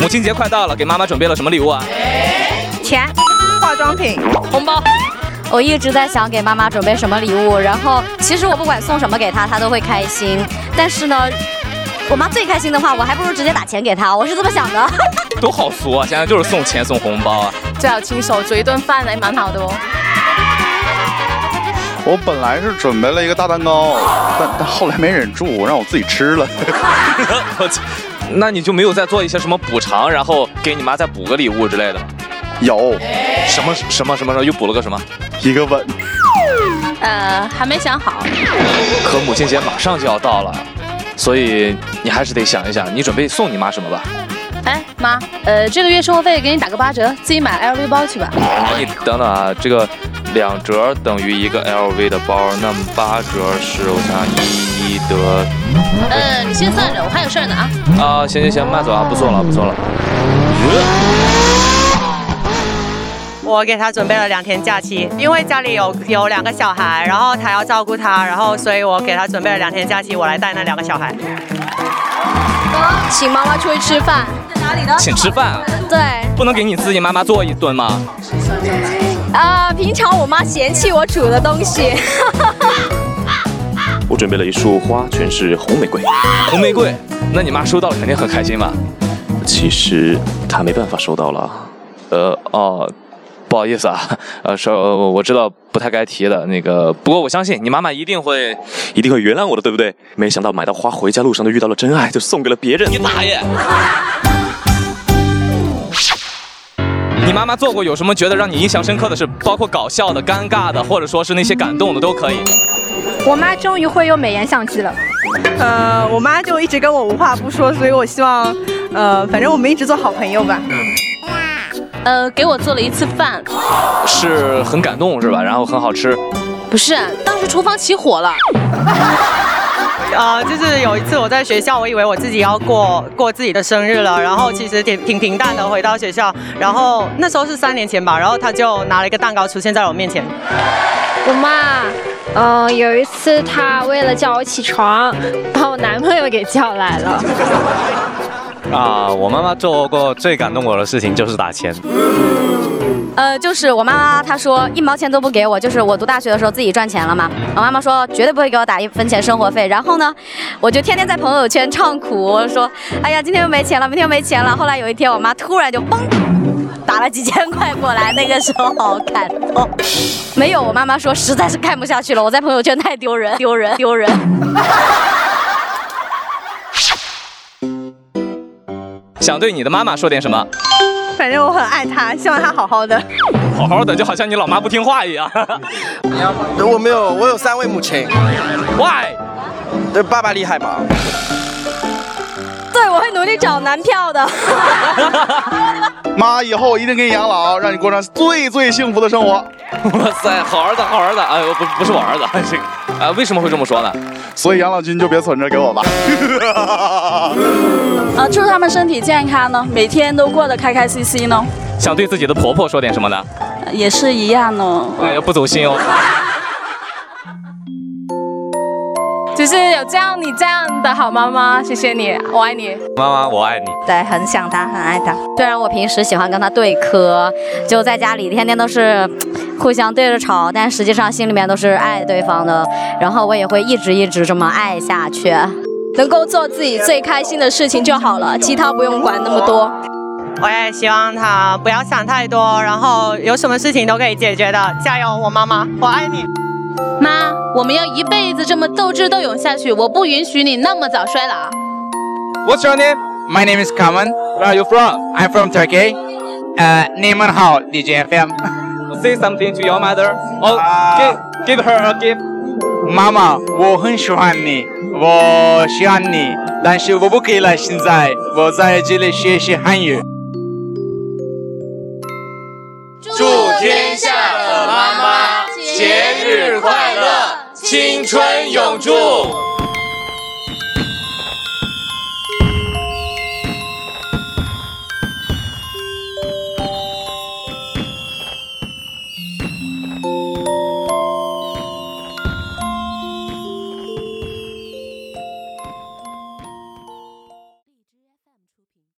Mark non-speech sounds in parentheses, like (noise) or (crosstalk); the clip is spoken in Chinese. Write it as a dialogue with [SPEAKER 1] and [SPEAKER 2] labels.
[SPEAKER 1] 母亲节快到了，给妈妈准备了什么礼物啊？
[SPEAKER 2] 钱、
[SPEAKER 3] 化妆品、
[SPEAKER 2] 红包。
[SPEAKER 4] 我一直在想给妈妈准备什么礼物，然后其实我不管送什么给她，她都会开心。但是呢，我妈最开心的话，我还不如直接打钱给她，我是这么想的。 (laughs)
[SPEAKER 1] 多好俗啊！现在就是送钱送红包啊。 (laughs)
[SPEAKER 5] 最好亲手煮一顿饭也蛮好的哦。
[SPEAKER 6] 我本来是准备了一个大蛋糕，但但后来没忍住，我让我自己吃了。 (laughs)
[SPEAKER 1] 我去，那你就没有再做一些什么补偿，然后给你妈再补个礼物之类的吗？
[SPEAKER 6] 有
[SPEAKER 1] 什么什么什么什么又补了个什么？
[SPEAKER 6] 一个吻，
[SPEAKER 5] 呃，还没想好，
[SPEAKER 1] 可母亲节马上就要到了，所以你还是得想一想，你准备送你妈什么吧？
[SPEAKER 5] 哎妈，呃，这个月生活费给你打个八折，自己买 LV 包去吧。
[SPEAKER 1] 你等等啊，这个两折等于一个 LV 的包，那么八折是我想想一一得
[SPEAKER 5] 呃，你先算着，我还有事儿呢啊。
[SPEAKER 1] 啊，行行行，慢走啊，不送了不送了。
[SPEAKER 3] 我给他准备了两天假期，因为家里有有两个小孩，然后他要照顾他，然后所以我给他准备了两天假期，我来带那两个小孩。
[SPEAKER 4] 请妈妈出去吃饭，
[SPEAKER 1] 请吃饭啊，
[SPEAKER 4] 对，
[SPEAKER 1] 不能给你自己妈妈做一顿吗？
[SPEAKER 4] 啊、平常我妈嫌弃我煮的东西，
[SPEAKER 7] 我准备了一束花，全是红玫瑰。
[SPEAKER 1] 红玫瑰，那你妈收到了肯定很开心吧？
[SPEAKER 7] 其实她没办法收到了。啊
[SPEAKER 1] 呃哦，不好意思啊，呃，说呃我知道不太该提的那个，不过我相信你妈妈一定会。
[SPEAKER 7] 一定会原谅我的，对不对？没想到买到花回家路上就遇到了真爱，就送给了别人。
[SPEAKER 1] 大爷！你妈妈做过有什么觉得让你印象深刻的事？包括搞笑的、尴尬的，或者说是那些感动的都可以。
[SPEAKER 2] 我妈终于会用美颜相机了。
[SPEAKER 3] 呃，我妈就一直跟我无话不说，所以我希望，呃，反正我们一直做好朋友吧。
[SPEAKER 5] 呃，给我做了一次饭，
[SPEAKER 1] 是很感动是吧？然后很好吃，
[SPEAKER 5] 不是，当时厨房起火了，
[SPEAKER 3] 呃，就是有一次我在学校，我以为我自己要过过自己的生日了，然后其实挺挺平淡的回到学校，然后那时候是三年前吧，然后他就拿了一个蛋糕出现在我面前，
[SPEAKER 2] 我妈，呃，有一次她为了叫我起床，把我男朋友给叫来了。
[SPEAKER 8] 啊，我妈妈做过最感动我的事情就是打钱。
[SPEAKER 4] 呃，就是我妈妈她说一毛钱都不给我，就是我读大学的时候自己赚钱了嘛。我妈妈说绝对不会给我打一分钱生活费，然后呢，我就天天在朋友圈唱苦，我说哎呀今天又没钱了，明天又没钱了。后来有一天我妈突然就嘣。打了几千块过来，那个时候好感动。没有，我妈妈说实在是看不下去了，我在朋友圈太丢人，丢人，丢人。 (laughs)
[SPEAKER 1] 想对你的妈妈说点什么？
[SPEAKER 3] 反正我很爱他，希望他好好的。
[SPEAKER 1] 好好的，就好像你老妈不听话一样。
[SPEAKER 9] (laughs) 我没有，我有三位母亲，
[SPEAKER 1] Why？
[SPEAKER 9] 对爸爸厉害吧？
[SPEAKER 4] 对，我会努力找男票
[SPEAKER 10] (laughs)
[SPEAKER 4] 的。
[SPEAKER 6] 妈以后一定给你养老，让你过上最最幸福的生活。
[SPEAKER 1] 哇塞，好儿子，好儿子！哎呦，不不是我儿子， (laughs) 这个啊，为什么会这么说呢？
[SPEAKER 6] 所以养老金就别存着给我吧。 (laughs)
[SPEAKER 10] 啊，祝他们身体健康呢，每天都过得开开心心
[SPEAKER 4] (laughs)
[SPEAKER 10] 呢，
[SPEAKER 1] 想对自己的婆婆说点什么呢？
[SPEAKER 10] 也是一样呢。
[SPEAKER 1] 哎呀，不走心哦。
[SPEAKER 5] 就是有这样你这样的好妈妈，谢谢你，我爱你。
[SPEAKER 8] 妈妈，我爱你。
[SPEAKER 4] 对，很想他，很爱他。虽然我平时喜欢跟他对磕，就在家里天天都是互相对着吵，但实际上心里面都是爱对方的。然后我也会一直一直这么爱下去。
[SPEAKER 10] 能够做自己最开心的事情就好了，其他不用管那么多。
[SPEAKER 3] 我也希望他不要想太多，然后有什么事情都可以解决的，加油，我妈妈，我爱你。
[SPEAKER 5] 妈，我们要一辈子这么斗智斗勇下去，我不允许你那么早衰老。
[SPEAKER 9] What's your name? My name is Kaman. Where are you from? I'm from Turkey. Uh, name and how DJ FM.
[SPEAKER 1] Say something to your mother. Oh,
[SPEAKER 9] 啊
[SPEAKER 1] give give her a gift.
[SPEAKER 9] 妈妈，我很喜欢你，我喜欢你，但是我不可以来。现在我在这里学习汉语。
[SPEAKER 5] 祝天下的妈妈节日快乐，青春永驻。